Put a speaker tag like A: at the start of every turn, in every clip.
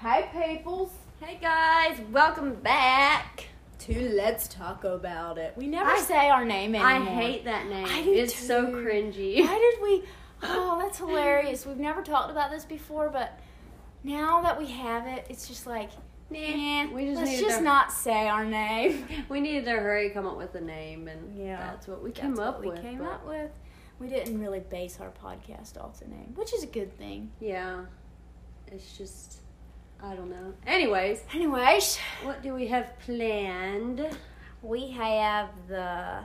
A: Papels.
B: Hey guys, welcome back to Let's Talk About It. We never
A: I-
B: say our name anymore.
A: I hate that name.
B: I do
A: it's so
B: too.
A: cringy.
B: Why did we? Oh, that's hilarious. We've never talked about this before, but now that we have it, it's just like, nah.
A: we just
B: let's
A: needed
B: just
A: to-
B: not say our name.
A: We needed to hurry come up with a name, and
B: Yeah.
A: that's what we
B: That's
A: came
B: what
A: up
B: we
A: with.
B: came
A: but-
B: up with. We didn't really base our podcast off the name, which is a good thing.
A: Yeah, it's just I don't know. Anyways,
B: Anyways,
A: what do we have planned?
B: we have the. I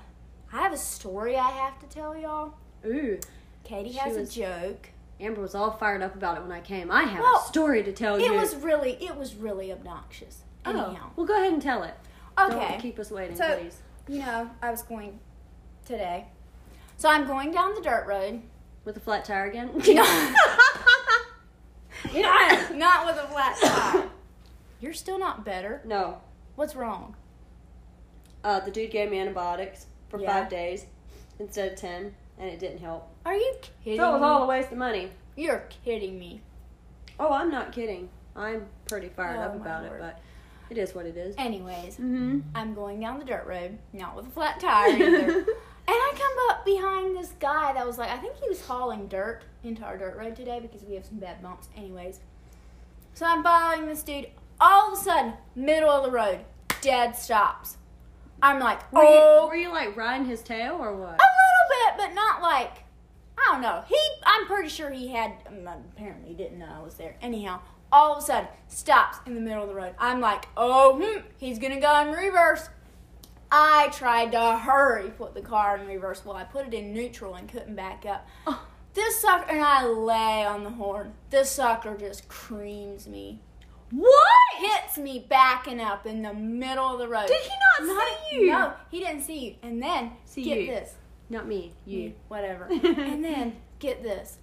B: have a story I have to tell y'all.
A: Ooh,
B: Katie
A: She
B: has
A: was-
B: a joke.
A: Amber was all fired up about it when I came. I have
B: Well,
A: a story to tell
B: It
A: you.
B: was really, it was really obnoxious.
A: oh,
B: Anyhow,
A: well, go ahead and tell it.
B: okay.
A: Don't keep us waiting,
B: So-
A: please.
B: You know, I was going today, so I'm going down the dirt road.
A: With a flat tire again.
B: Not- not with a flat tire. You're still not better.
A: no,
B: What's wrong?
A: uh, the dude gave me antibiotics for
B: Yeah.
A: five days instead of ten, and it didn't help.
B: Are you kidding
A: So it was
B: me?
A: all a waste of money.
B: You're kidding me.
A: Oh, I'm not kidding. I'm pretty fired
B: Oh,
A: up
B: my
A: about
B: word.
A: it, but it is what it is.
B: Anyways,
A: Mm-hmm.
B: I'm going down the dirt road, not with a flat tire either. And I come up behind this guy that was like, I think he was hauling dirt into our dirt road today because we have some bad bumps. Anyways, so I'm following this dude. All of a sudden, middle of the road, dead stops. I'm like,
A: Were,
B: oh,
A: you, were you like riding his tail or what?
B: a little bit, but not like, I don't know. He, I'm pretty sure he had, um, apparently he didn't know I was there. Anyhow, all of a sudden, stops in the middle of the road. I'm like, oh, hmm, he's gonna go in reverse. I tried to hurry put the car in reverse. Well, I put it in neutral and couldn't back up.
A: Oh.
B: This sucker and I lay on the horn. This sucker just creams me,
A: What?
B: hits me backing up in the middle of the road.
A: Did he not, see you?
B: No, he didn't see you. And then
A: See
B: get
A: you.
B: this,
A: Not me. You.
B: whatever. and then get this.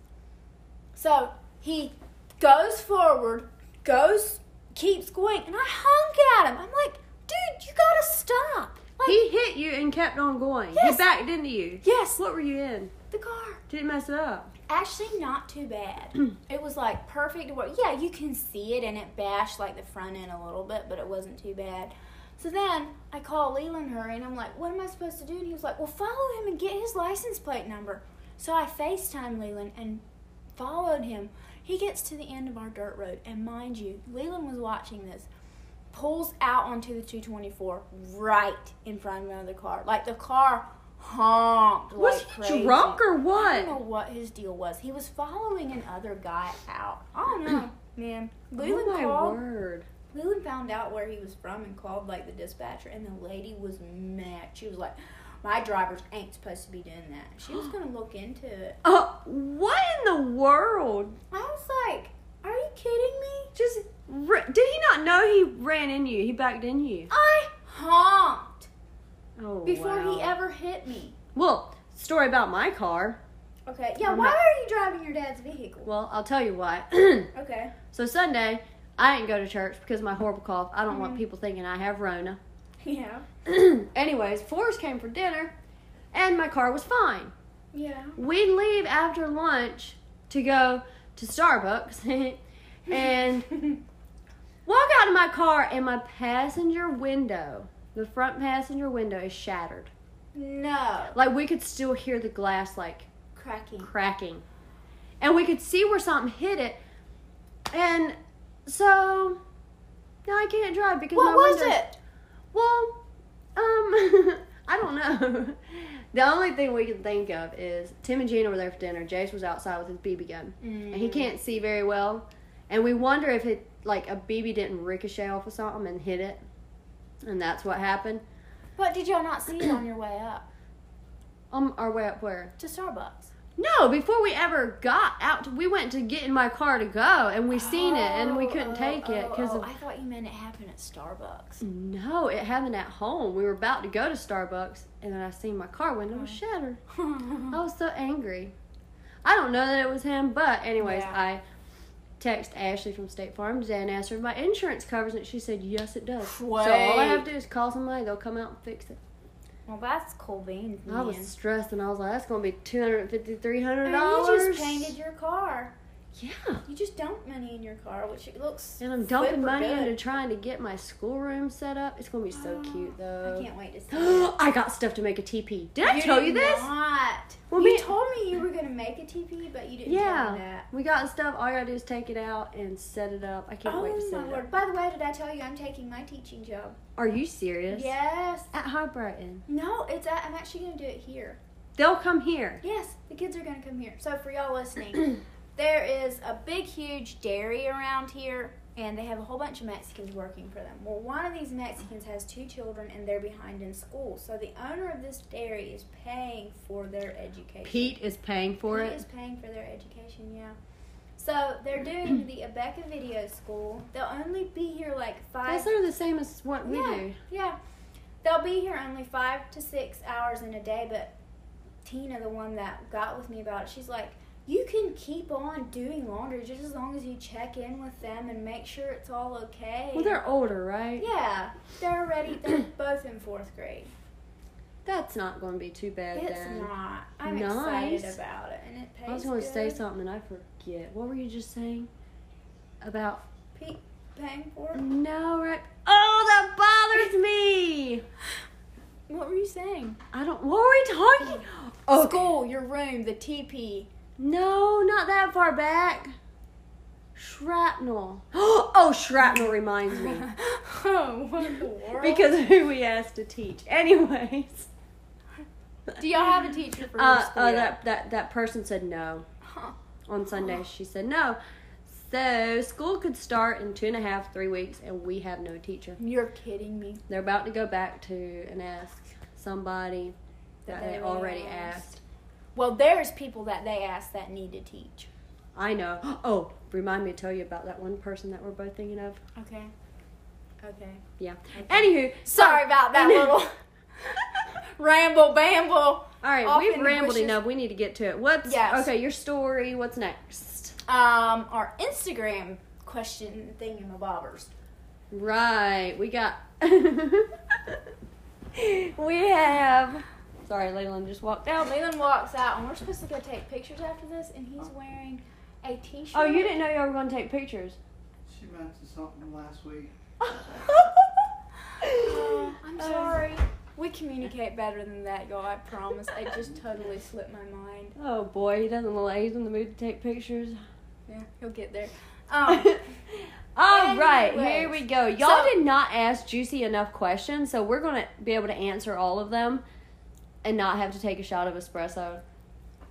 B: So he goes forward, goes, keeps going, and I honk at him. I'm like, dude, you gotta stop. Like,
A: He hit you and kept on going.
B: Yes.
A: He backed into you.
B: yes,
A: What were you in?
B: the car.
A: Did it mess it up?
B: Actually, not too bad.
A: Hmm.
B: it was like perfect work. Yeah, you can see it, and it bashed like the front end a little bit, but it wasn't too bad. So then I call Leland Hurry, and I'm like, "What am I supposed to do?" And he was like, "Well, follow him and get his license plate number." So I FaceTime Leland and followed him. He gets to the end of our dirt road, and mind you, Leland was watching this. Pulls out onto the 224 right in front of another car. Like the car honked.
A: Was
B: like
A: he
B: crazy.
A: drunk or
B: I don't
A: what?
B: know what his deal was. He was following another guy out. I don't know, man. Leland
A: oh my
B: called.
A: word.
B: Leland found out where he was from and called like the dispatcher, and the lady was mad. She was like, "My drivers ain't supposed to be doing that." She was gonna look into it.
A: Uh, what in the world?
B: I was like, "Are you kidding me?"
A: Just r- did he not know he ran in you? He backed in you.
B: I honked
A: Oh,
B: before
A: wow.
B: he ever hit me.
A: Well, story about my car.
B: Okay. Yeah.
A: I'm
B: Why
A: not-
B: are you driving your dad's vehicle?
A: Well, I'll tell you why.
B: Okay.
A: so Sunday, I didn't go to church because of my horrible cough. I don't want people thinking I have Rona.
B: Yeah.
A: Anyways, Forrest came for dinner, and my car was fine.
B: Yeah.
A: We leave after lunch to go to Starbucks, and walk out of my car, and my passenger window, the front passenger window, is shattered.
B: no.
A: Like we could still hear the glass like
B: Cracking.
A: cracking. And we could see where something hit it. And so now I can't drive because
B: What
A: my
B: was
A: windows-
B: it?
A: Well, um I don't know. the only thing we can think of is Tim and Gina were there for dinner. Jace was outside with his BB gun. And he can't see very well. And we wonder if it like a BB didn't ricochet off of something and hit it. And that's what happened.
B: But did y'all not see it on your way up
A: Um our way up where?
B: to Starbucks?
A: No, before we ever got out, we went to get in my car to go, and we seen it, and we couldn't take it because
B: oh,
A: of.
B: I thought you meant it happened at Starbucks.
A: No, it happened at home. We were about to go to Starbucks, and then I seen my car window was shattered.
B: Hmm.
A: I was so angry. I don't know that it was him, but anyways,
B: Yeah.
A: I text Ashley from State Farms and asked her if my insurance covers it. She said yes, it does. So all I have to do is call somebody; they'll come out and fix it.
B: well, that's cool beans, man.
A: I was stressed, and I was like, "That's gonna be two hundred fifty, three hundred
B: I mean,
A: dollars."
B: you just painted your car.
A: Yeah.
B: You just dump money in your car, which it looks.
A: And I'm dumping
B: super
A: money
B: good.
A: into trying to get my schoolroom set up. It's gonna be so cute though.
B: I can't wait to see. it.
A: I got stuff to make a teepee. Did I tell
B: did
A: you this?
B: Not.
A: Well,
B: you
A: me-
B: told me you were gonna make a TP, but you didn't tell me
A: Yeah.
B: that.
A: We got stuff. All you gotta do is take it out and set it up. I can't wait to
B: Oh
A: set
B: my
A: it up.
B: word! By the way, did I tell you I'm taking my teaching job?
A: Are you serious?
B: Yes.
A: At Highbrighton.
B: No, it's. At, I'm actually gonna do it here.
A: They'll come here.
B: Yes, the kids are gonna come here. So for y'all listening, there is a big, huge dairy around here, and they have a whole bunch of Mexicans working for them. Well, one of these Mexicans has two children, and they're behind in school. So the owner of this dairy is paying for their education.
A: Pete is paying for
B: He
A: it.
B: is paying for their education, yeah. So they're doing the Abeka Video School. They'll only be here like five.
A: That's sort of the same as what we
B: yeah,
A: do.
B: yeah. They'll be here only five to six hours in a day. But Tina, the one that got with me about it, she's like, "You can keep on doing laundry just as long as you check in with them and make sure it's all okay."
A: Well, they're older, right?
B: yeah, they're already. They're both in fourth grade.
A: That's not going to be too bad
B: It's
A: then.
B: not. I'm
A: Nice.
B: excited about it, and it pays.
A: I was going to say
B: good.
A: something and I forget. What were you just saying? About
B: Pete paying for it.
A: no right? Oh, that bothers me.
B: What were you saying?
A: I don't. What were we talking? Okay.
B: School, your room, the TP.
A: No, not that far back. Shrapnel. Oh, shrapnel reminds me
B: oh, what in the world?
A: because of who we asked to teach. Anyways,
B: do y'all have a teacher for your
A: uh,
B: school?
A: uh,
B: yet?
A: that that that person said no.
B: Huh.
A: on Sunday. She said no. So school could start in two and a half, three weeks, and we have no teacher.
B: You're kidding me.
A: They're about to go back to and ask somebody that
B: That
A: they
B: they
A: already
B: asked.
A: asked.
B: Well, there's people that they ask that need to teach.
A: I know. Oh, remind me to tell you about that one person that we're both thinking of.
B: Okay. Okay.
A: Yeah. Anywho,
B: Sorry about that little ramble bamble.
A: all right,
B: Off in
A: we've
B: the
A: rambled
B: bushes.
A: enough. We need to get to it. What's
B: Yes.
A: okay? Your story. What's next?
B: Um, our Instagram question thingamabobbers.
A: Right. We got. we have. Sorry, Leyland just walked out.
B: Leland walks out, and we're supposed to go take pictures after this, and he's wearing a t-shirt.
A: Oh, you didn't know y'all were going to take pictures.
C: She mentioned something last week.
B: Oh, Uh, I'm sorry. We communicate better than that, y'all. I promise. It just totally slipped my mind.
A: Oh boy, he doesn't look like he's in the mood to take pictures.
B: Yeah, he'll get there.
A: All
B: Um,
A: right, here
B: Anyways.
A: we go. Y'all
B: So-
A: did not ask juicy enough questions, so we're gonna be able to answer all of them and not have to take a shot of espresso.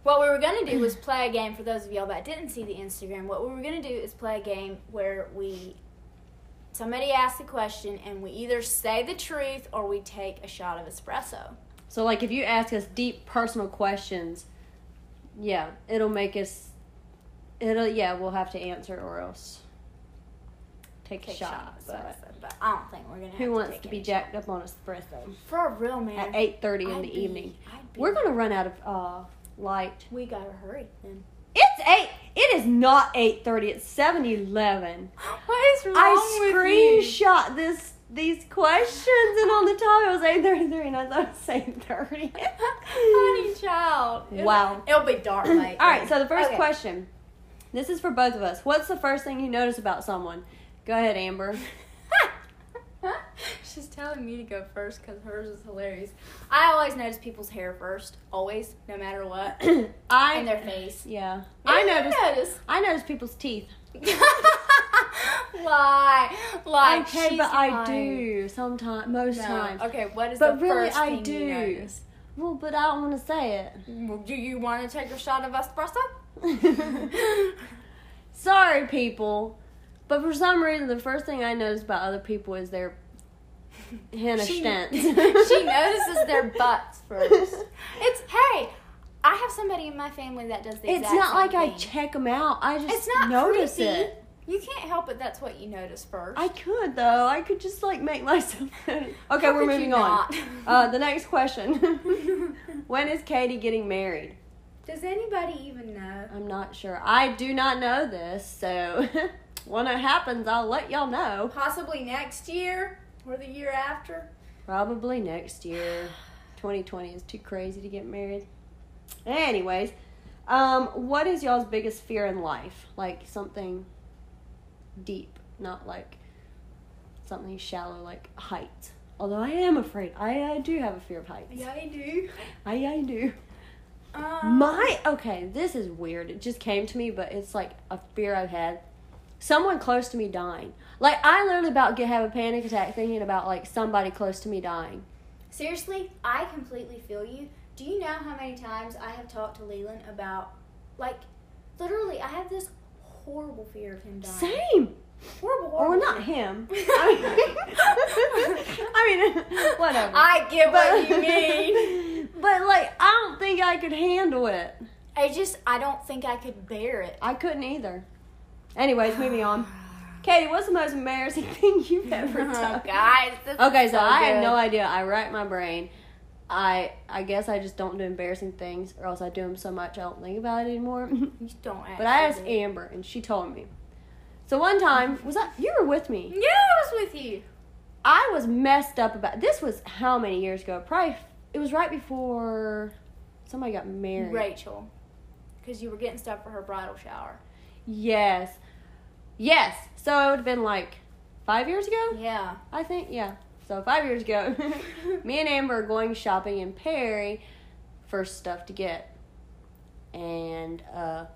B: what we were gonna do was play a game. For those of y'all that didn't see the Instagram, what we were gonna do is play a game where we somebody asks a question and we either say the truth or we take a shot of espresso.
A: So, like, if you ask us deep personal questions, yeah, it'll make us. It'll yeah, we'll have to answer or else take a
B: Take a
A: shot.
B: shot of
A: but
B: espresso, but I don't think we're gonna.
A: who
B: have
A: wants
B: take
A: to be
B: any
A: jacked up on espresso
B: shot. for a real man?
A: at eight thirty in
B: I'd
A: the
B: be-
A: evening?
B: I'd be-
A: We're gonna run out of uh, light.
B: We gotta hurry then.
A: It's eight. It is not eight thirty. It's seven eleven.
B: What is wrong
A: I
B: with you?
A: screenshot this these questions, and on the top it was eight thirty three, and I thought it was eight thirty.
B: Honey child. It'll-
A: Wow.
B: It'll be dark late.
A: All right. So the first
B: Okay.
A: question. This is for both of us. What's the first thing you notice about someone? Go ahead, Amber.
B: She's telling me to go first because hers is hilarious. I always notice people's hair first, always, no matter what,
A: I
B: and their face.
A: yeah.
B: You
A: noticed.
B: notice.
A: I notice people's teeth.
B: Lie, lie.
A: okay,
B: She's
A: but I
B: lying.
A: do sometimes, most
B: No.
A: times.
B: Okay, what is
A: But
B: the
A: really,
B: first
A: I
B: thing you
A: do.
B: notice?
A: Well, but I don't want to say it.
B: Well, Do you want to take a shot of espresso?
A: Sorry, people, but for some reason, the first thing I notice about other people is their henna
B: She-
A: stents.
B: she notices their butts first. It's hey, I have somebody in my family that does the
A: It's
B: exact
A: not
B: same
A: like I
B: thing.
A: check them out. I just
B: It's not
A: notice
B: creepy.
A: it.
B: You can't help it. That's what you notice first.
A: I could though. I could just like make myself. notice. okay,
B: How
A: we're
B: could you
A: moving on.
B: not?
A: Uh, the next question: When is Katie getting married?
B: Does anybody even know?
A: I'm not sure. I do not know this, so when it happens, I'll let y'all know.
B: Possibly next year or the year after.
A: Probably next year. 2020 is too crazy to get married. Anyways, Um, what is y'all's biggest fear in life? Like something deep, not like something shallow, like height. Although I am afraid, I, I do have a fear of heights.
B: I do.
A: I, I do.
B: Um,
A: My okay, this is weird. It just came to me, but it's like a fear I've had. Someone close to me dying. Like I learned about get have a panic attack thinking about like somebody close to me dying.
B: Seriously, I completely feel you. Do you know how many times I have talked to Leland about, like, literally, I have this horrible fear of him dying.
A: Same.
B: Horrible,
A: Or
B: horrible.
A: well, not him. I mean, I mean whatever.
B: I get what you mean.
A: But like I don't think I could handle it.
B: I just, I don't think I could bear it.
A: I couldn't either. Anyways, moving on. Katie, what's the most embarrassing thing you've ever
B: Oh,
A: done?
B: guys, this
A: Okay,
B: is
A: so Uh-huh. I
B: good.
A: have no idea. I rack my brain. I I guess I just don't do embarrassing things, or else I do them so much I don't think about it anymore.
B: You don't actually.
A: but I asked
B: do.
A: Amber, and she told me. So one time, was that you were with me?
B: Yeah, I was with you.
A: I was messed up about this. Was how many years ago? Probably it was right before somebody got married.
B: Rachel. Because you were getting stuff for her bridal shower.
A: Yes. Yes. So it would have been like five years ago.
B: Yeah.
A: I think, yeah. So five years ago, me and Amber are going shopping in Perry for stuff to get. And uh,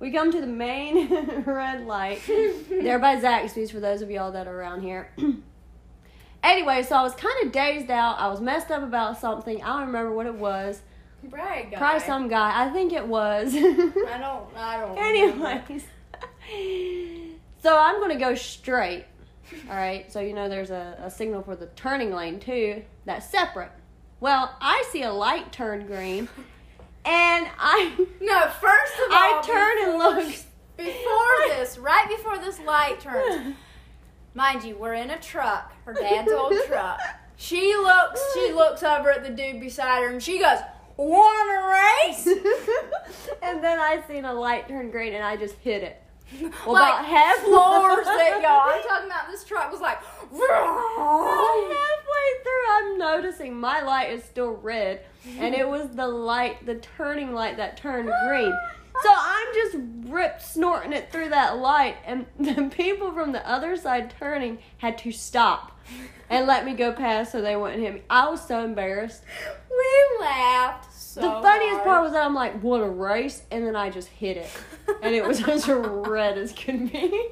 A: we come to the main red light. They're by Zaxby's for those of y'all that are around here. anyway, so I was kind of dazed out. I was messed up about something. I don't remember what it was.
B: Brag, guy.
A: Probably some guy. I think it was.
B: I don't, I don't. remember.
A: Anyways, so I'm gonna go straight. All right. So you know there's a, a signal for the turning lane too. That's separate. Well, I see a light turn green, and I
B: No, first of all,
A: I turn and
B: before-
A: look.
B: Before this, right before this light turns, mind you, we're in a truck, her dad's old truck. She looks, she looks over at the dude beside her, and she goes, "Want a race?"
A: and then I seen a light turn green, and I just hit it. Well,
B: like
A: about half
B: floors it, y'all. I'm talking about this truck was like.
A: About halfway through, I'm noticing my light is still red, and it was the light, the turning light that turned green. So I'm just ripped snorting it through that light, and the people from the other side turning had to stop and let me go past so they wouldn't hit me. I was so embarrassed.
B: We laughed. So
A: The funniest part was that I'm like, what a race, and then I just hit it, and it was as red as could be. It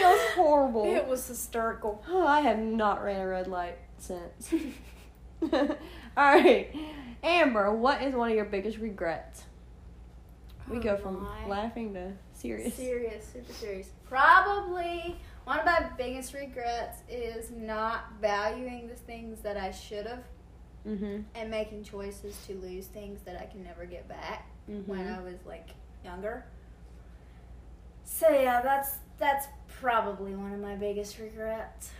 A: was horrible.
B: It was hysterical.
A: Oh, I have not ran a red light since. All right. Amber, what is one of your biggest regrets? We go from
B: Oh, my.
A: laughing to serious.
B: Serious, super serious. Probably one of my biggest regrets is not valuing the things that I should have
A: Mm-hmm.
B: and making choices to lose things that I can never get back
A: Mm-hmm.
B: when I was like younger. So yeah, that's that's probably one of my biggest regrets.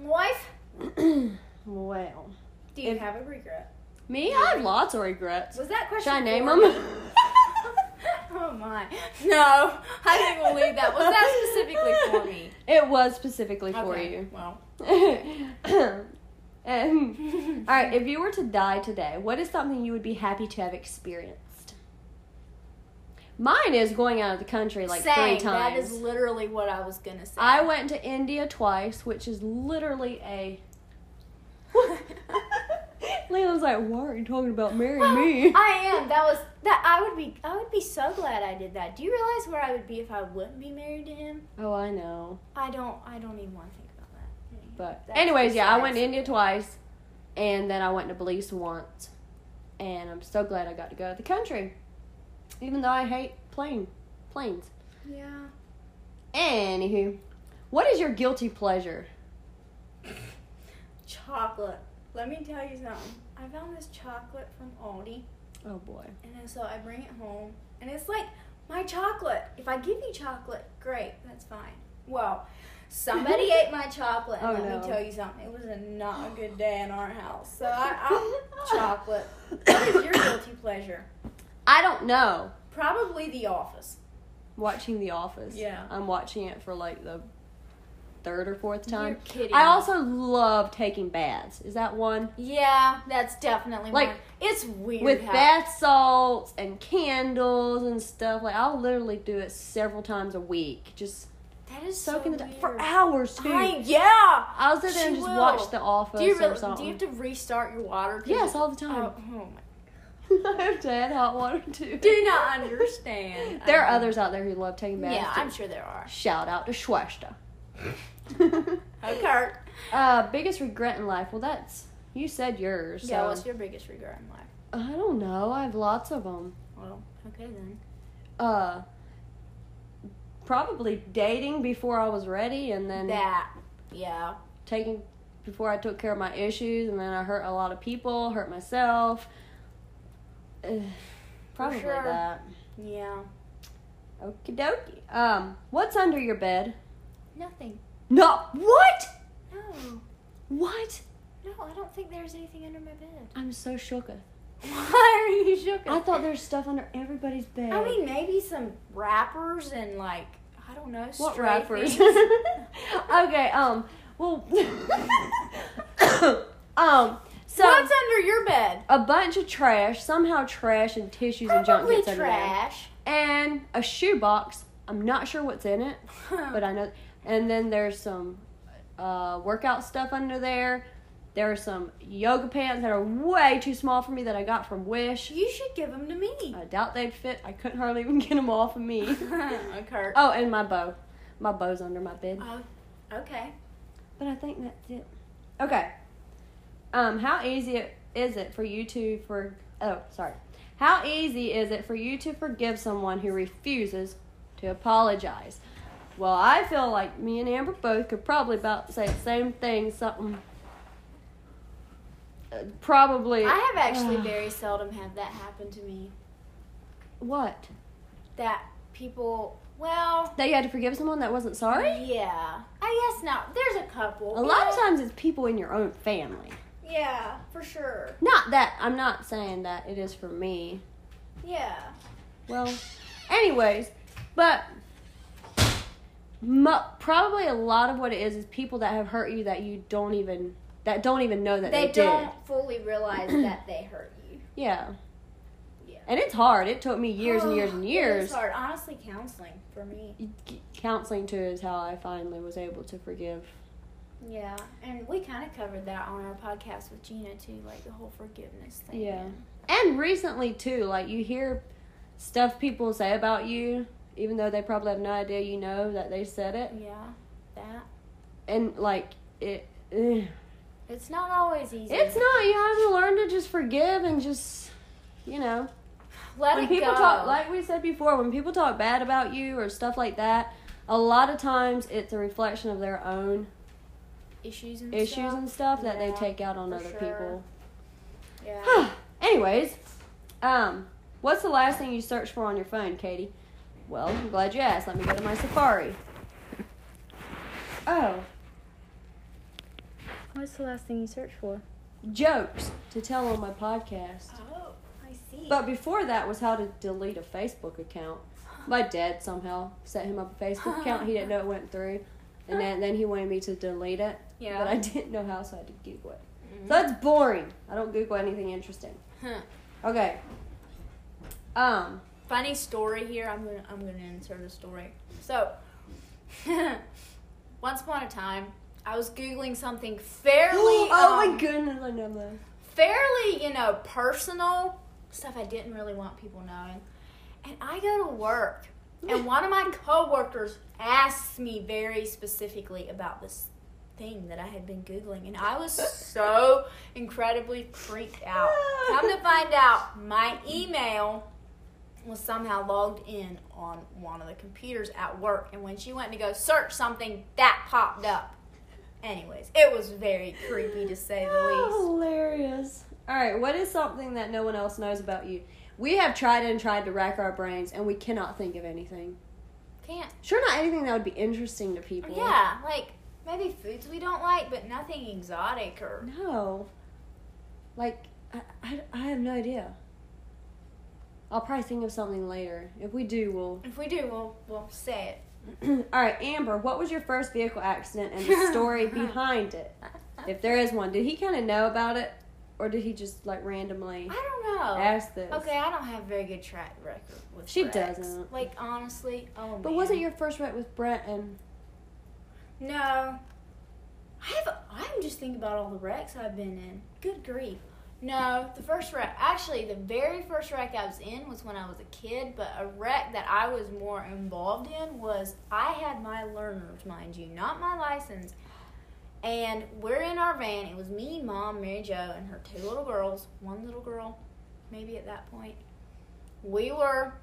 B: Wife,
A: well,
B: do you
A: If-
B: have a regret?
A: me, I have lots of regrets.
B: Was that question?
A: Should I name
B: for
A: them?
B: me? oh my! No, I think we'll leave that. Was that specifically for me?
A: It was specifically for
B: Okay,
A: you.
B: Well,
A: Um, all right, if you were to die today, what is something you would be happy to have experienced? Mine is going out of the country like three
B: Same.
A: times.
B: That is literally what I was gonna say.
A: I went to India twice, which is literally a. Leland's like, why are you talking about marrying me?
B: I am. That was that. I would be. I would be so glad I did that. Do you realize where I would be if I wouldn't be married to him?
A: Oh, I know.
B: I don't. I don't even want to think about that.
A: But
B: That's
A: anyways, yeah, I went to
B: besides-
A: India twice, and then I went to Belize once, and I'm so glad I got to go to the country, even though I hate plane planes.
B: Yeah.
A: Anywho, what is your guilty pleasure?
B: Chocolate. Let me tell you something. I found this chocolate from Aldi,
A: Oh boy.
B: and then so I bring it home, and it's like my chocolate. If I give you chocolate, great, that's fine. Well, somebody ate my chocolate, and
A: Oh,
B: let
A: no.
B: me tell you something. It was a not a good day in our house. So I, I chocolate. What is your guilty pleasure?
A: I don't know.
B: Probably The Office.
A: Watching The Office.
B: Yeah.
A: I'm watching it for like the third or fourth time.
B: You're kidding.
A: I also love taking baths. Is that one?
B: Yeah, that's definitely
A: Like,
B: one. It's weird
A: With
B: how,
A: bath salts and candles and stuff. Like I'll literally do it several times a week. Just
B: That is so
A: soaking the
B: weird.
A: t- for hours too.
B: I, yeah.
A: I'll sit there and
B: She
A: just
B: will.
A: watch The Office
B: Do you
A: or
B: really, do
A: something.
B: you have to restart your water? 'cause
A: yes,
B: you-
A: all the time.
B: Oh, oh my.
A: I have to add hot water too.
B: Oh. Do not understand.
A: There are
B: I-
A: others out there who love taking baths.
B: Yeah,
A: too.
B: I'm sure there are.
A: Shout out to Schwester.
B: Okay.
A: uh, biggest regret in life? Well, that's you said yours.
B: Yeah,
A: so-
B: what's your biggest regret in life?
A: I don't know. I have lots of them.
B: Well, okay then.
A: Uh, probably dating before I was ready, and then
B: that. Yeah.
A: taking before I took care of my issues, and then I hurt a lot of people, hurt myself. Ugh, probably
B: sure.
A: that.
B: Yeah.
A: Okie dokie. Um, what's under your bed?
B: Nothing.
A: No. What?
B: No.
A: What?
B: No, I don't think there's anything under my bed.
A: I'm so shooketh.
B: Why are you shook?
A: I thought there's stuff under everybody's bed.
B: I mean, maybe some wrappers and like I don't know.
A: What
B: stray
A: rappers?
B: things.
A: okay, um, well, um, so
B: What's under your bed?
A: a bunch of trash, somehow trash and tissues and junk
B: Probably
A: gets under there,
B: trash.
A: and a shoebox. I'm not sure what's in it, but I know. And then there's some uh, workout stuff under there. There are some yoga pants that are way too small for me that I got from Wish.
B: you should give them to me.
A: I doubt they'd fit. I couldn't hardly even get them off of me.
B: okay.
A: oh, and my bow. My bow's under my bed.
B: Oh, okay.
A: But I think that's it. Okay. Um, how easy it- is it for you to for oh sorry, how easy is it for you to forgive someone who refuses to apologize? Well, I feel like me and Amber both could probably about say the same thing. Something. Uh, probably.
B: I have actually
A: Ugh.
B: very seldom had that happen to me.
A: What?
B: That people, well,
A: That you had to forgive someone that wasn't sorry?
B: yeah. I guess not. There's a couple.
A: A lot of
B: Yeah.
A: times it's people in your own family.
B: Yeah, for sure.
A: Not that I'm not saying that it is for me.
B: Yeah.
A: Well, anyways, but mo- probably a lot of what it is is people that have hurt you that you don't even that don't even know that they,
B: they,
A: did.
B: don't fully realize that they hurt you.
A: Yeah.
B: Yeah.
A: And it's hard. It took me years and years and
B: Oh, It is
A: years.
B: hard. Honestly, counseling for me.
A: Counseling too is how I finally was able to forgive.
B: Yeah, and we kind of covered that on our podcast with Gina too, like the whole forgiveness thing.
A: Yeah. And recently too, like you hear stuff people say about you, even though they probably have no idea you know that they said it,
B: Yeah, that.
A: and like it. Ugh.
B: It's not always easy.
A: It's not. You have to learn to just forgive and just, you know,
B: Let
A: when
B: it
A: people
B: go.
A: talk, like we said before, when people talk bad about you or stuff like that, a lot of times it's a reflection of their own
B: issues and
A: issues
B: stuff.
A: and stuff that they
B: Yeah,
A: take out on
B: for
A: other
B: sure.
A: people.
B: Yeah.
A: Anyways, um, what's the last thing you searched for on your phone, Katie? Well, I'm glad you asked. Let me go to my Safari. Oh,
B: What's the last thing you searched for?
A: jokes to tell on my podcast.
B: Oh, I see.
A: But before that was how to delete a Facebook account. My dad somehow set him up a Facebook account. He didn't know it went through, and then, then he wanted me to delete it.
B: yeah.
A: But I didn't know how, so I had to Google it.
B: Mhm.
A: So that's boring. I don't Google anything interesting.
B: Huh.
A: Okay. Um.
B: Funny story here. I'm gonna I'm gonna insert a story. So, once upon a time, I was googling something fairly.
A: oh
B: um,
A: my goodness, I know that.
B: fairly, you know, personal stuff I didn't really want people knowing. And I go to work, and one of my coworkers asks me very specifically about this thing that I had been Googling, and I was so incredibly freaked out. Come to find out, my email was somehow logged in on one of the computers at work, and when she went to go search something, that popped up. Anyways, it was very creepy to say the least.
A: Hilarious. All right, what is something that no one else knows about you? We have tried and tried to rack our brains, and we cannot think of anything.
B: Can't.
A: Sure, not anything that would be interesting to people.
B: Yeah, like maybe foods we don't like, but nothing exotic or.
A: No. Like, I, I, I have no idea. I'll probably think of something later. If we do, we'll.
B: If we do, we'll we'll say it.
A: All right, Amber, what was your first vehicle accident and the story behind it? If there is one, did he kind of know about it, or did he just like randomly
B: I don't know.
A: ask this?
B: Okay, I don't have a very good track record with
A: She
B: wrecks.
A: doesn't.
B: Like honestly, oh.
A: But
B: man.
A: wasn't your first wreck with Brent and
B: No. I have. I'm just thinking about all the wrecks I've been in. Good grief. No, the first wreck. Actually, the very first wreck I was in was when I was a kid. But a wreck that I was more involved in was I had my learners, mind you, not my license. And we're in our van. It was me, mom, Mary Jo, and her two little girls. One little girl, maybe at that point. We were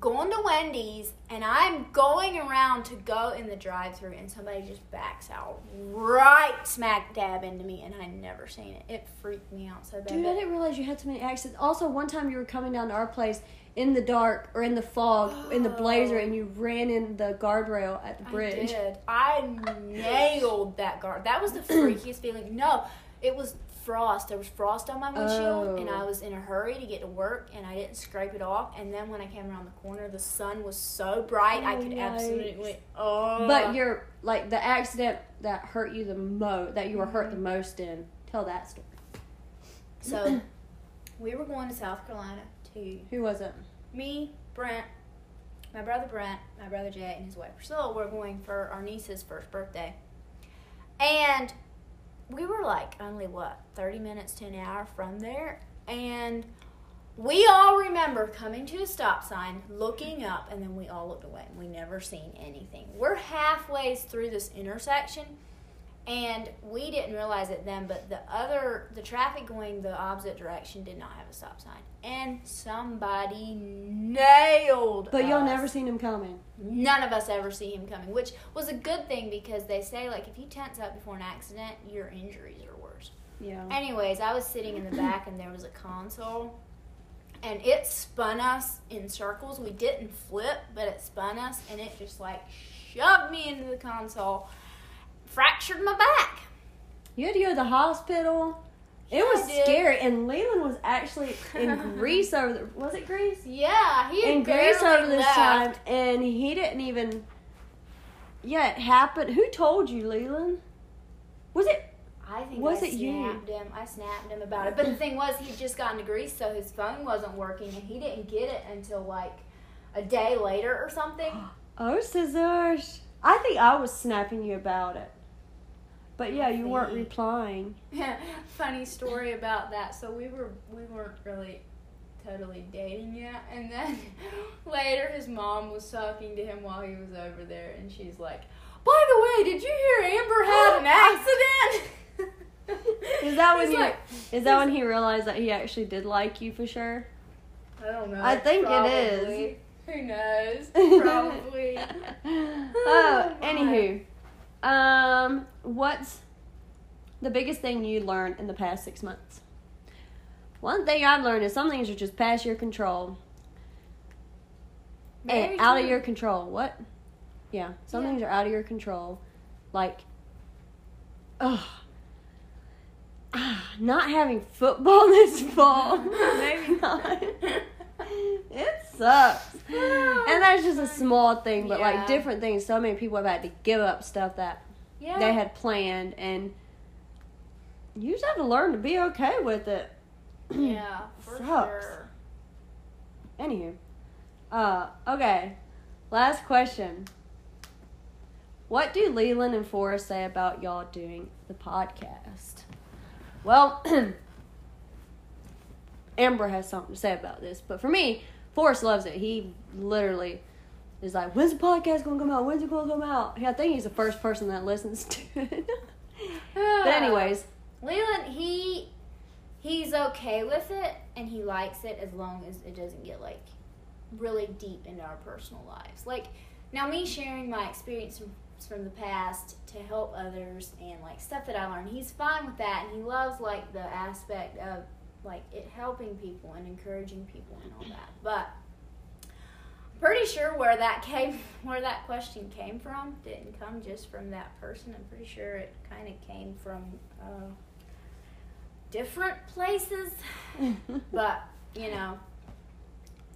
B: going to Wendy's and I'm going around to go in the drive through and somebody just backs out right smack dab into me and I never seen it. It freaked me out so bad.
A: Dude, I
B: but-
A: didn't realize you had so many accidents. Also, one time you were coming down to our place in the dark or in the fog in the blazer, and you ran in the guardrail at the bridge.
B: I did. I nailed that guard. That was the freakiest feeling. No, it was frost. There was frost on my windshield,
A: Oh.
B: and I was in a hurry to get to work, and I didn't scrape it off. And then when I came around the corner, the sun was so bright, I
A: Oh,
B: could
A: yikes.
B: absolutely. Oh,
A: But you're like the accident that hurt you the most, that you were hurt the most in. Tell that story.
B: so we were going to South Carolina to
A: Who was it?
B: me, Brent, my brother Brent, my brother Jay, and his wife Priscilla were going for our niece's first birthday. And we were like only what, 30 minutes to an hour from there. And we all remember coming to a stop sign, looking up, and then we all looked away and we never seen anything. We're halfway through this intersection and we didn't realize it then, but the other, the traffic going the opposite direction did not have a stop sign, and somebody nailed.
A: But y'all
B: us.
A: never seen him coming.
B: None of us ever see him coming, which was a good thing because they say like if you tense up before an accident, your injuries are worse.
A: Yeah.
B: Anyways, I was sitting in the back and there was a console and it spun us in circles. We didn't flip, but it spun us and it just like shoved me into the console, fractured my back.
A: You had to go to the hospital. It
B: Yeah,
A: was
B: I did.
A: scary, and Leland was actually in Greece over the was it Greece?
B: Yeah, he had
A: in Greece
B: barely
A: over this
B: left.
A: time, and he didn't even. Yeah, it happened. Who told you, Leland? Was it?
B: I think
A: Was
B: I
A: it you?
B: snapped him. I snapped him about it. But the thing was, he'd just gotten to Greece, so his phone wasn't working, and he didn't get it until like a day later or something.
A: Oh, scissors. I think I was snapping you about it. But yeah, you weren't
B: Maybe.
A: replying.
B: Funny story about that. So we were we weren't really totally dating yet, and then later his mom was talking to him while he was over there, and she's like, "By the way, did you hear Amber had an accident?"
A: Is that when
B: He's
A: you?
B: like,
A: is that when he realized that he actually did like you for sure?
B: I don't know.
A: I think it is.
B: Probably. Who knows? Probably.
A: oh,
B: my.
A: anywho, um, what's the biggest thing you learned in the past six months? One thing I've learned is some things are just past your control and out of your control. What? Yeah, some
B: Yeah.
A: things are out of your control. Like, ugh. Ah, Not having football this fall. Maybe not. It sucks. and that's just a small thing, but
B: Yeah.
A: like different things. So many people have had to give up stuff that
B: yeah.
A: they had planned, and you just have to learn to be okay with it.
B: Yeah, for
A: Hmm. Sucks.
B: sure.
A: Anywho, uh, okay. Last question. What do Leland and Forrest say about y'all doing the podcast? Well, Amber has something to say about this, but for me, Forrest loves it. He literally is like, "When's the podcast gonna come out? When's it gonna come out?" I think he's the first person that listens to it. but anyways,
B: Leland, he he's okay with it and he likes it as long as it doesn't get like really deep into our personal lives. Like now, me sharing my experience from, from the past to help others and like stuff that I learned, he's fine with that and he loves like the aspect of like it helping people and encouraging people and all that. But pretty sure where that came where that question came from didn't come just from that person i'm pretty sure it kind of came from uh, different places but you know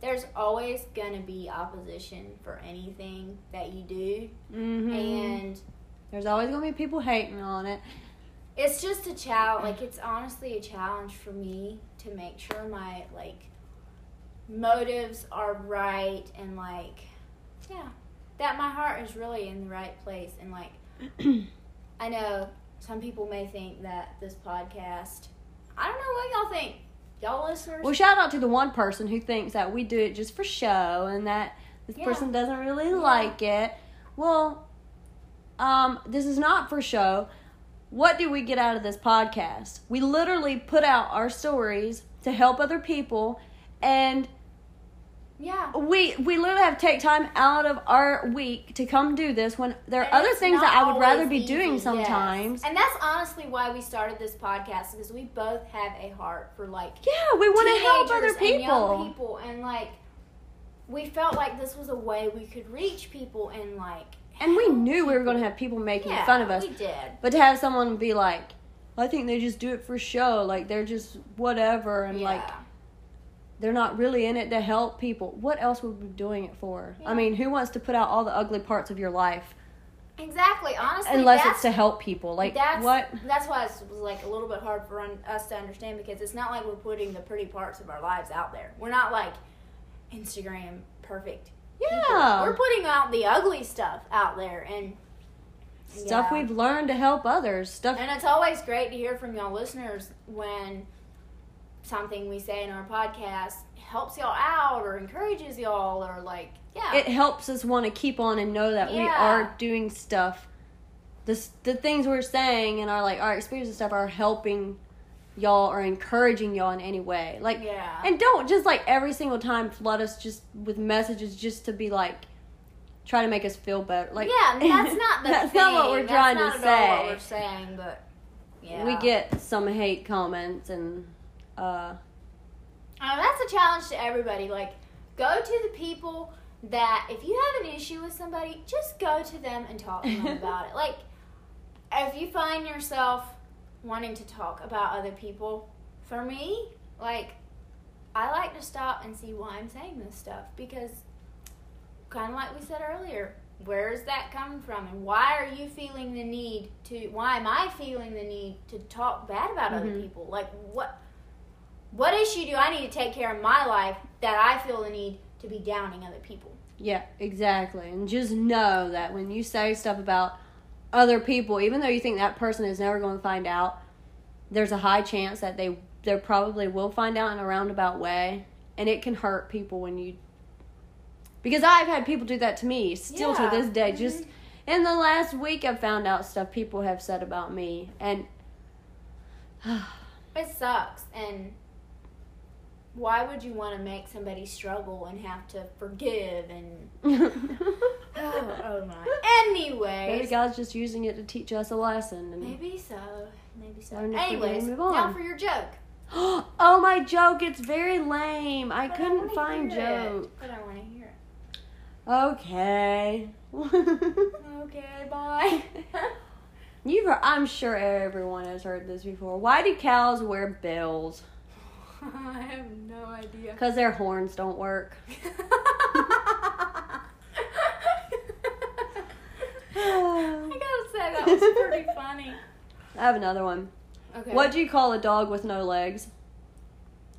B: there's always gonna be opposition for anything that you do,
A: Mm-hmm.
B: and
A: There's always gonna be people hating on it.
B: it's just a challenge. Like it's honestly a challenge for me to make sure my like motives are right and like yeah, that my heart is really in the right place and like I know some people may think that this podcast. I don't know what y'all think, y'all listeners.
A: Well, shout out to the one person who thinks that we do it just for show and that this
B: Yeah.
A: person doesn't really
B: Yeah.
A: like it. Well, um, this is not for show. What do we get out of this podcast? We literally put out our stories to help other people, and
B: yeah.
A: we we literally have to take time out of our week to come do this when there are
B: And
A: other
B: it's
A: things
B: not
A: that I would rather be
B: always easy,
A: doing
B: yes.
A: sometimes.
B: And that's honestly why we started this podcast because we both have a heart for like
A: Yeah, we want to help other
B: teenagers and young
A: people.
B: people, and like we felt like this was a way we could reach people and like.
A: And we
B: help
A: knew we were going
B: people.
A: to have people making
B: Yeah,
A: fun of us.
B: We did.
A: But to have someone be like, I think they just do it for show, like they're just whatever, and like
B: Yeah.
A: they're not really in it to help people. What else would we be doing it for? I
B: Yeah.
A: mean, who wants to put out all the ugly parts of your life
B: exactly. Honestly,
A: unless
B: that's
A: it's to help people? Like
B: that's
A: what?
B: that's why it's was like a little bit hard for un- us to understand because it's not like we're putting the pretty parts of our lives out there. We're not like Instagram perfect. people.
A: Yeah.
B: we're putting out the ugly stuff out there, and
A: Stuff
B: yeah.
A: we've learned to help others. Stuff.
B: and it's always great to hear from y'all listeners when something we say in our podcast helps y'all out or encourages y'all or like yeah
A: It helps us want to keep on and know that we
B: Yeah.
A: are doing stuff. The s- the things we're saying and our like our experience and stuff are helping y'all or encouraging y'all in any way. Like
B: yeah
A: And don't just like every single time flood us just with messages just to be like try to make us feel better. Like
B: yeah and that's not the
A: that's not what
B: thing.
A: we're
B: That's
A: trying
B: not
A: to
B: at all what
A: say.
B: we're saying but yeah
A: We get some hate comments and uh
B: Uh, that's a challenge to everybody. Like, go to the people that if you have an issue with somebody, just go to them and talk to them about it. Like, if you find yourself wanting to talk about other people, for me, like, I like to stop and see why I'm saying this stuff because, kind of like we said earlier, where is that coming from, and why are you feeling the need to? Why am I feeling the need to talk bad about other
A: Mhm.
B: people? Like, what? What issue do I need to take care of in my life that I feel the need to be downing other people?
A: yeah, exactly. And just know that when you say stuff about other people, even though you think that person is never going to find out, there's a high chance that they they probably will find out in a roundabout way, and it can hurt people when you. Because I've had people do that to me still
B: Yeah.
A: to this day.
B: Mhm.
A: Just in the last week, I've found out stuff people have said about me, and
B: It sucks. And why would you want to make somebody struggle and have to forgive and. Oh, oh my.
A: maybe
B: Anyways.
A: God's just using it to teach us a lesson. And
B: Maybe so. Maybe so.
A: Learn if we
B: Anyways,
A: move
B: now
A: on.
B: for your joke.
A: oh my joke! It's very lame. I
B: But
A: couldn't
B: wanna
A: find
B: hear it.
A: joke.
B: But I want to hear it.
A: Okay.
B: Okay, bye.
A: You've heard, I'm sure everyone has heard this before. Why do cows wear bells?
B: I have no idea.
A: Because their horns don't work.
B: I gotta say that was pretty funny.
A: I have another one.
B: Okay.
A: What do you call a dog with no legs?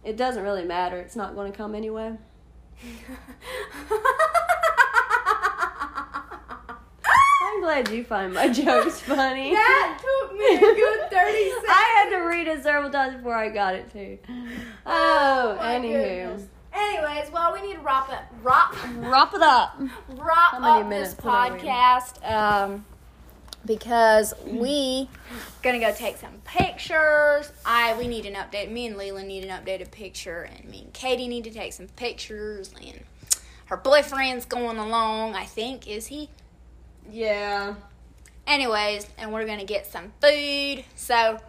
A: It doesn't really matter. It's not going to come anyway. I'm glad you find my jokes funny.
B: That took me a good thirty seconds.
A: I had to read it several times before I got it too. Oh,
B: my
A: anywho.
B: goodness. Anyways, well, we need to wrap up. Wrap.
A: Wrap it up.
B: wrap
A: How many
B: up
A: minutes
B: this
A: were we in?
B: podcast um, because we gonna go take some pictures. I we need an update. Me and Leland need an updated picture, and me and Katie need to take some pictures. And her boyfriend's going along. I think is he.
A: Yeah.
B: Anyways, and we're gonna get some food. So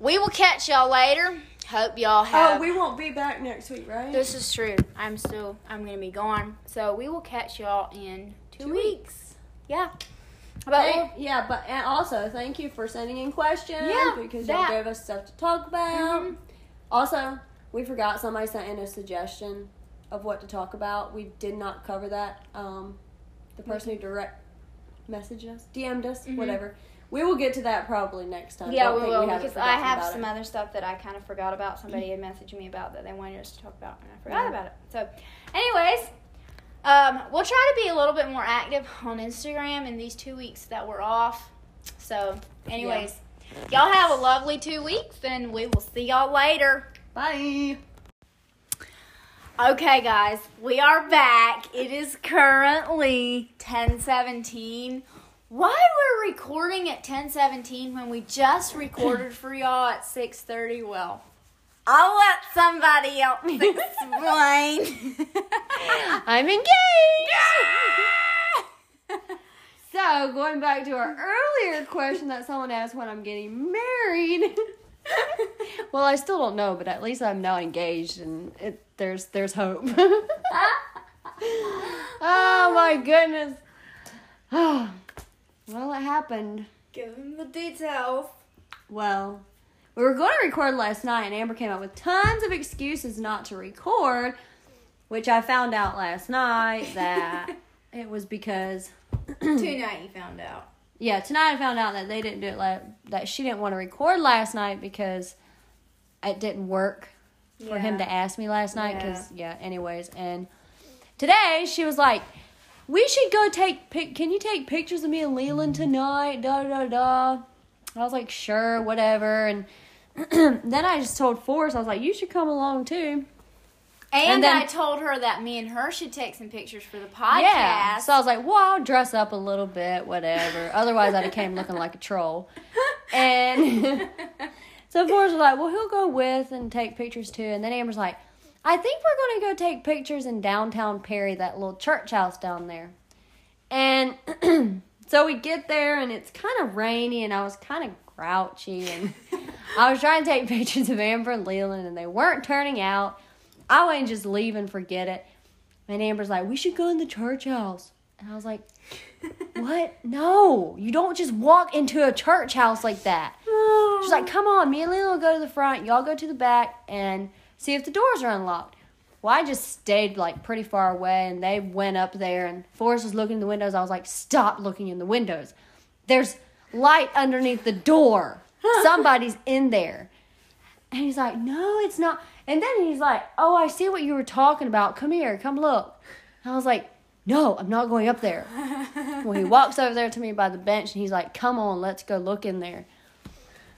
B: we will catch y'all later. Hope y'all have.
A: Oh, we won't be back next week, right?
B: this is true. I'm still. I'm gonna be gone. So we will catch y'all in two,
A: Two
B: weeks. Yeah. But
A: Thank- yeah, but and also thank you for sending in questions
B: Yeah,
A: because
B: that-
A: y'all gave us stuff to talk about.
B: Mhm.
A: Also, we forgot somebody sent in a suggestion of what to talk about. We did not cover that. Um, the
B: Mm-hmm.
A: person who direct messaged us, DM'd us,
B: Mhm.
A: whatever. We will get to that probably next time.
B: Yeah,
A: Don't
B: we
A: think
B: will
A: haven't
B: because I
A: forgotten
B: have
A: about
B: some
A: it.
B: other stuff that I kind of forgot about. Somebody had messaged me about that they wanted us to talk about, and I forgot
A: Yeah.
B: about it. So, anyways, um, we'll try to be a little bit more active on Instagram in these two weeks that we're off. So, anyways, y'all have a lovely two weeks, and we will see y'all later.
A: Bye.
B: Okay, guys, we are back. It is currently 1017. Why we're recording at 1017 when we just recorded for y'all at 630? Well, I'll let somebody else explain.
A: I'm engaged. so going back to our earlier question that someone asked when I'm getting married. well, I still don't know, but at least I'm now engaged, and it, there's there's hope. oh my goodness. well, it happened.
B: Give them the details.
A: Well, we were going to record last night, and Amber came up with tons of excuses not to record, which I found out last night that it was because.
B: Tonight you found out.
A: Yeah, tonight I found out that they didn't do it la- that she didn't want to record last night because it didn't work for him to ask me last night because yeah. anyways and today she was like we should go take pic can you take pictures of me and leland tonight da da da da." i was like sure whatever and then i just told forrest i was like you should come along too
B: And,
A: And then-
B: I told her that me and her should take some pictures for the podcast.
A: yeah so i was like well i'll dress up a little bit whatever otherwise i'd have came looking like a troll and So Forrest was like, well, he'll go with and take pictures too. And then Amber's like, I think we're going to go take pictures in downtown Perry, that little church house down there. And so we get there and it's kind of rainy and I was kind of grouchy and I was trying to take pictures of Amber and Leland and they weren't turning out. I wouldn't just leave and forget it. And Amber's like, we should go in the church house. And I was like, what? No, you don't just walk into a church house like that. She's like, come on, me and Lila will go to the front, y'all go to the back, and see if the doors are unlocked. Well, I just stayed like pretty far away, and they went up there, and Forrest was looking in the windows. I was like, stop looking in the windows. There's light underneath the door. Somebody's in there. And he's like, no, it's not. And then he's like, oh, I see what you were talking about. Come here, come look. And I was like, no, I'm not going up there. well, he walks over there to me by the bench and he's like, come on, let's go look in there.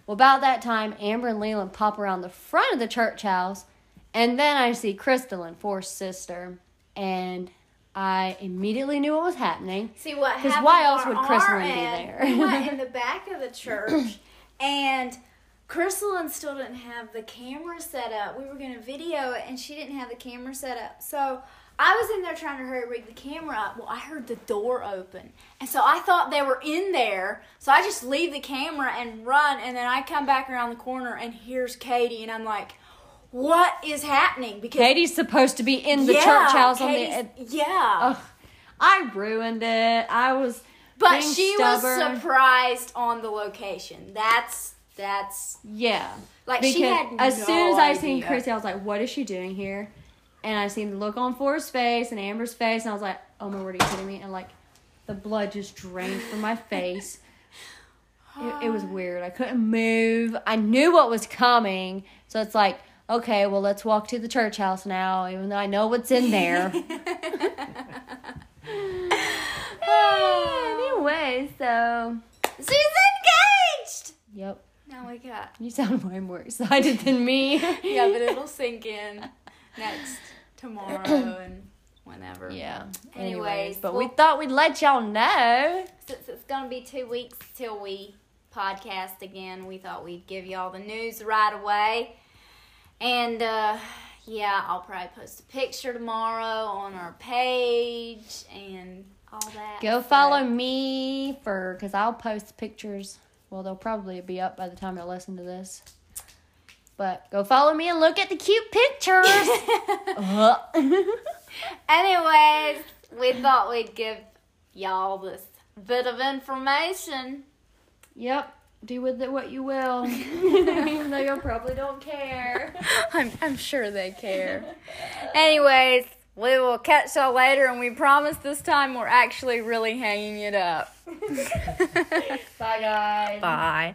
A: Well, about that time, Amber and Leland pop around the front of the church house, and then I see Crystal and Forrest's sister, and I immediately knew what was happening.
B: See what?
A: 'Cause
B: Because
A: why else would Crystalline be there?
B: we went in the back of the church, and Crystalline still didn't have the camera set up. We were gonna video it, and she didn't have the camera set up. So I was in there trying to hurry rig the camera up. Well, I heard the door open, and so I thought they were in there. So I just leave the camera and run, and then I come back around the corner, and here's Katie, and I'm like. What is happening? Because
A: Katie's supposed to be in the
B: Yeah,
A: church house on
B: Katie's-
A: the. Oh,
B: yeah.
A: Ugh, I ruined it. I was.
B: But
A: being
B: she
A: stubborn.
B: was surprised on the location. That's that's
A: Yeah.
B: like
A: Because
B: she had
A: as
B: no
A: soon as I seen
B: idea.
A: Chrissy, I was like, "What is she doing here?" And I seen the look on Forrest's face and Amber's face, and I was like, "Oh my word, are you kidding me?" And like, the blood just drained from my face. It, it was weird. I couldn't move. I knew what was coming, so it's like, okay, well, let's walk to the church house now, even though I know what's in there. anyway, so
B: She's engaged.
A: yep,
B: Now we got
A: you sound way more excited than me.
B: yeah, but it'll sink in next tomorrow and whenever.
A: Yeah.
B: Anyways,
A: but we
B: well-
A: thought we'd let y'all know.
B: Since it's gonna be two weeks till we podcast again, we thought we'd give y'all the news right away. And uh, yeah, I'll probably post a picture tomorrow on our page and all that.
A: Go
B: So-
A: follow me for because I'll post pictures. Well, they'll probably be up by the time you'll listen to this. But go follow me and look at the cute pictures. Ugh.
B: Anyways, we thought we'd give y'all this bit of information.
A: yep. Do with it what you will. Even though you probably don't care.
B: I'm, I'm sure they care. Anyways, We will catch y'all later, and we promise this time we're actually really hanging it up.
A: Bye, guys.
B: Bye.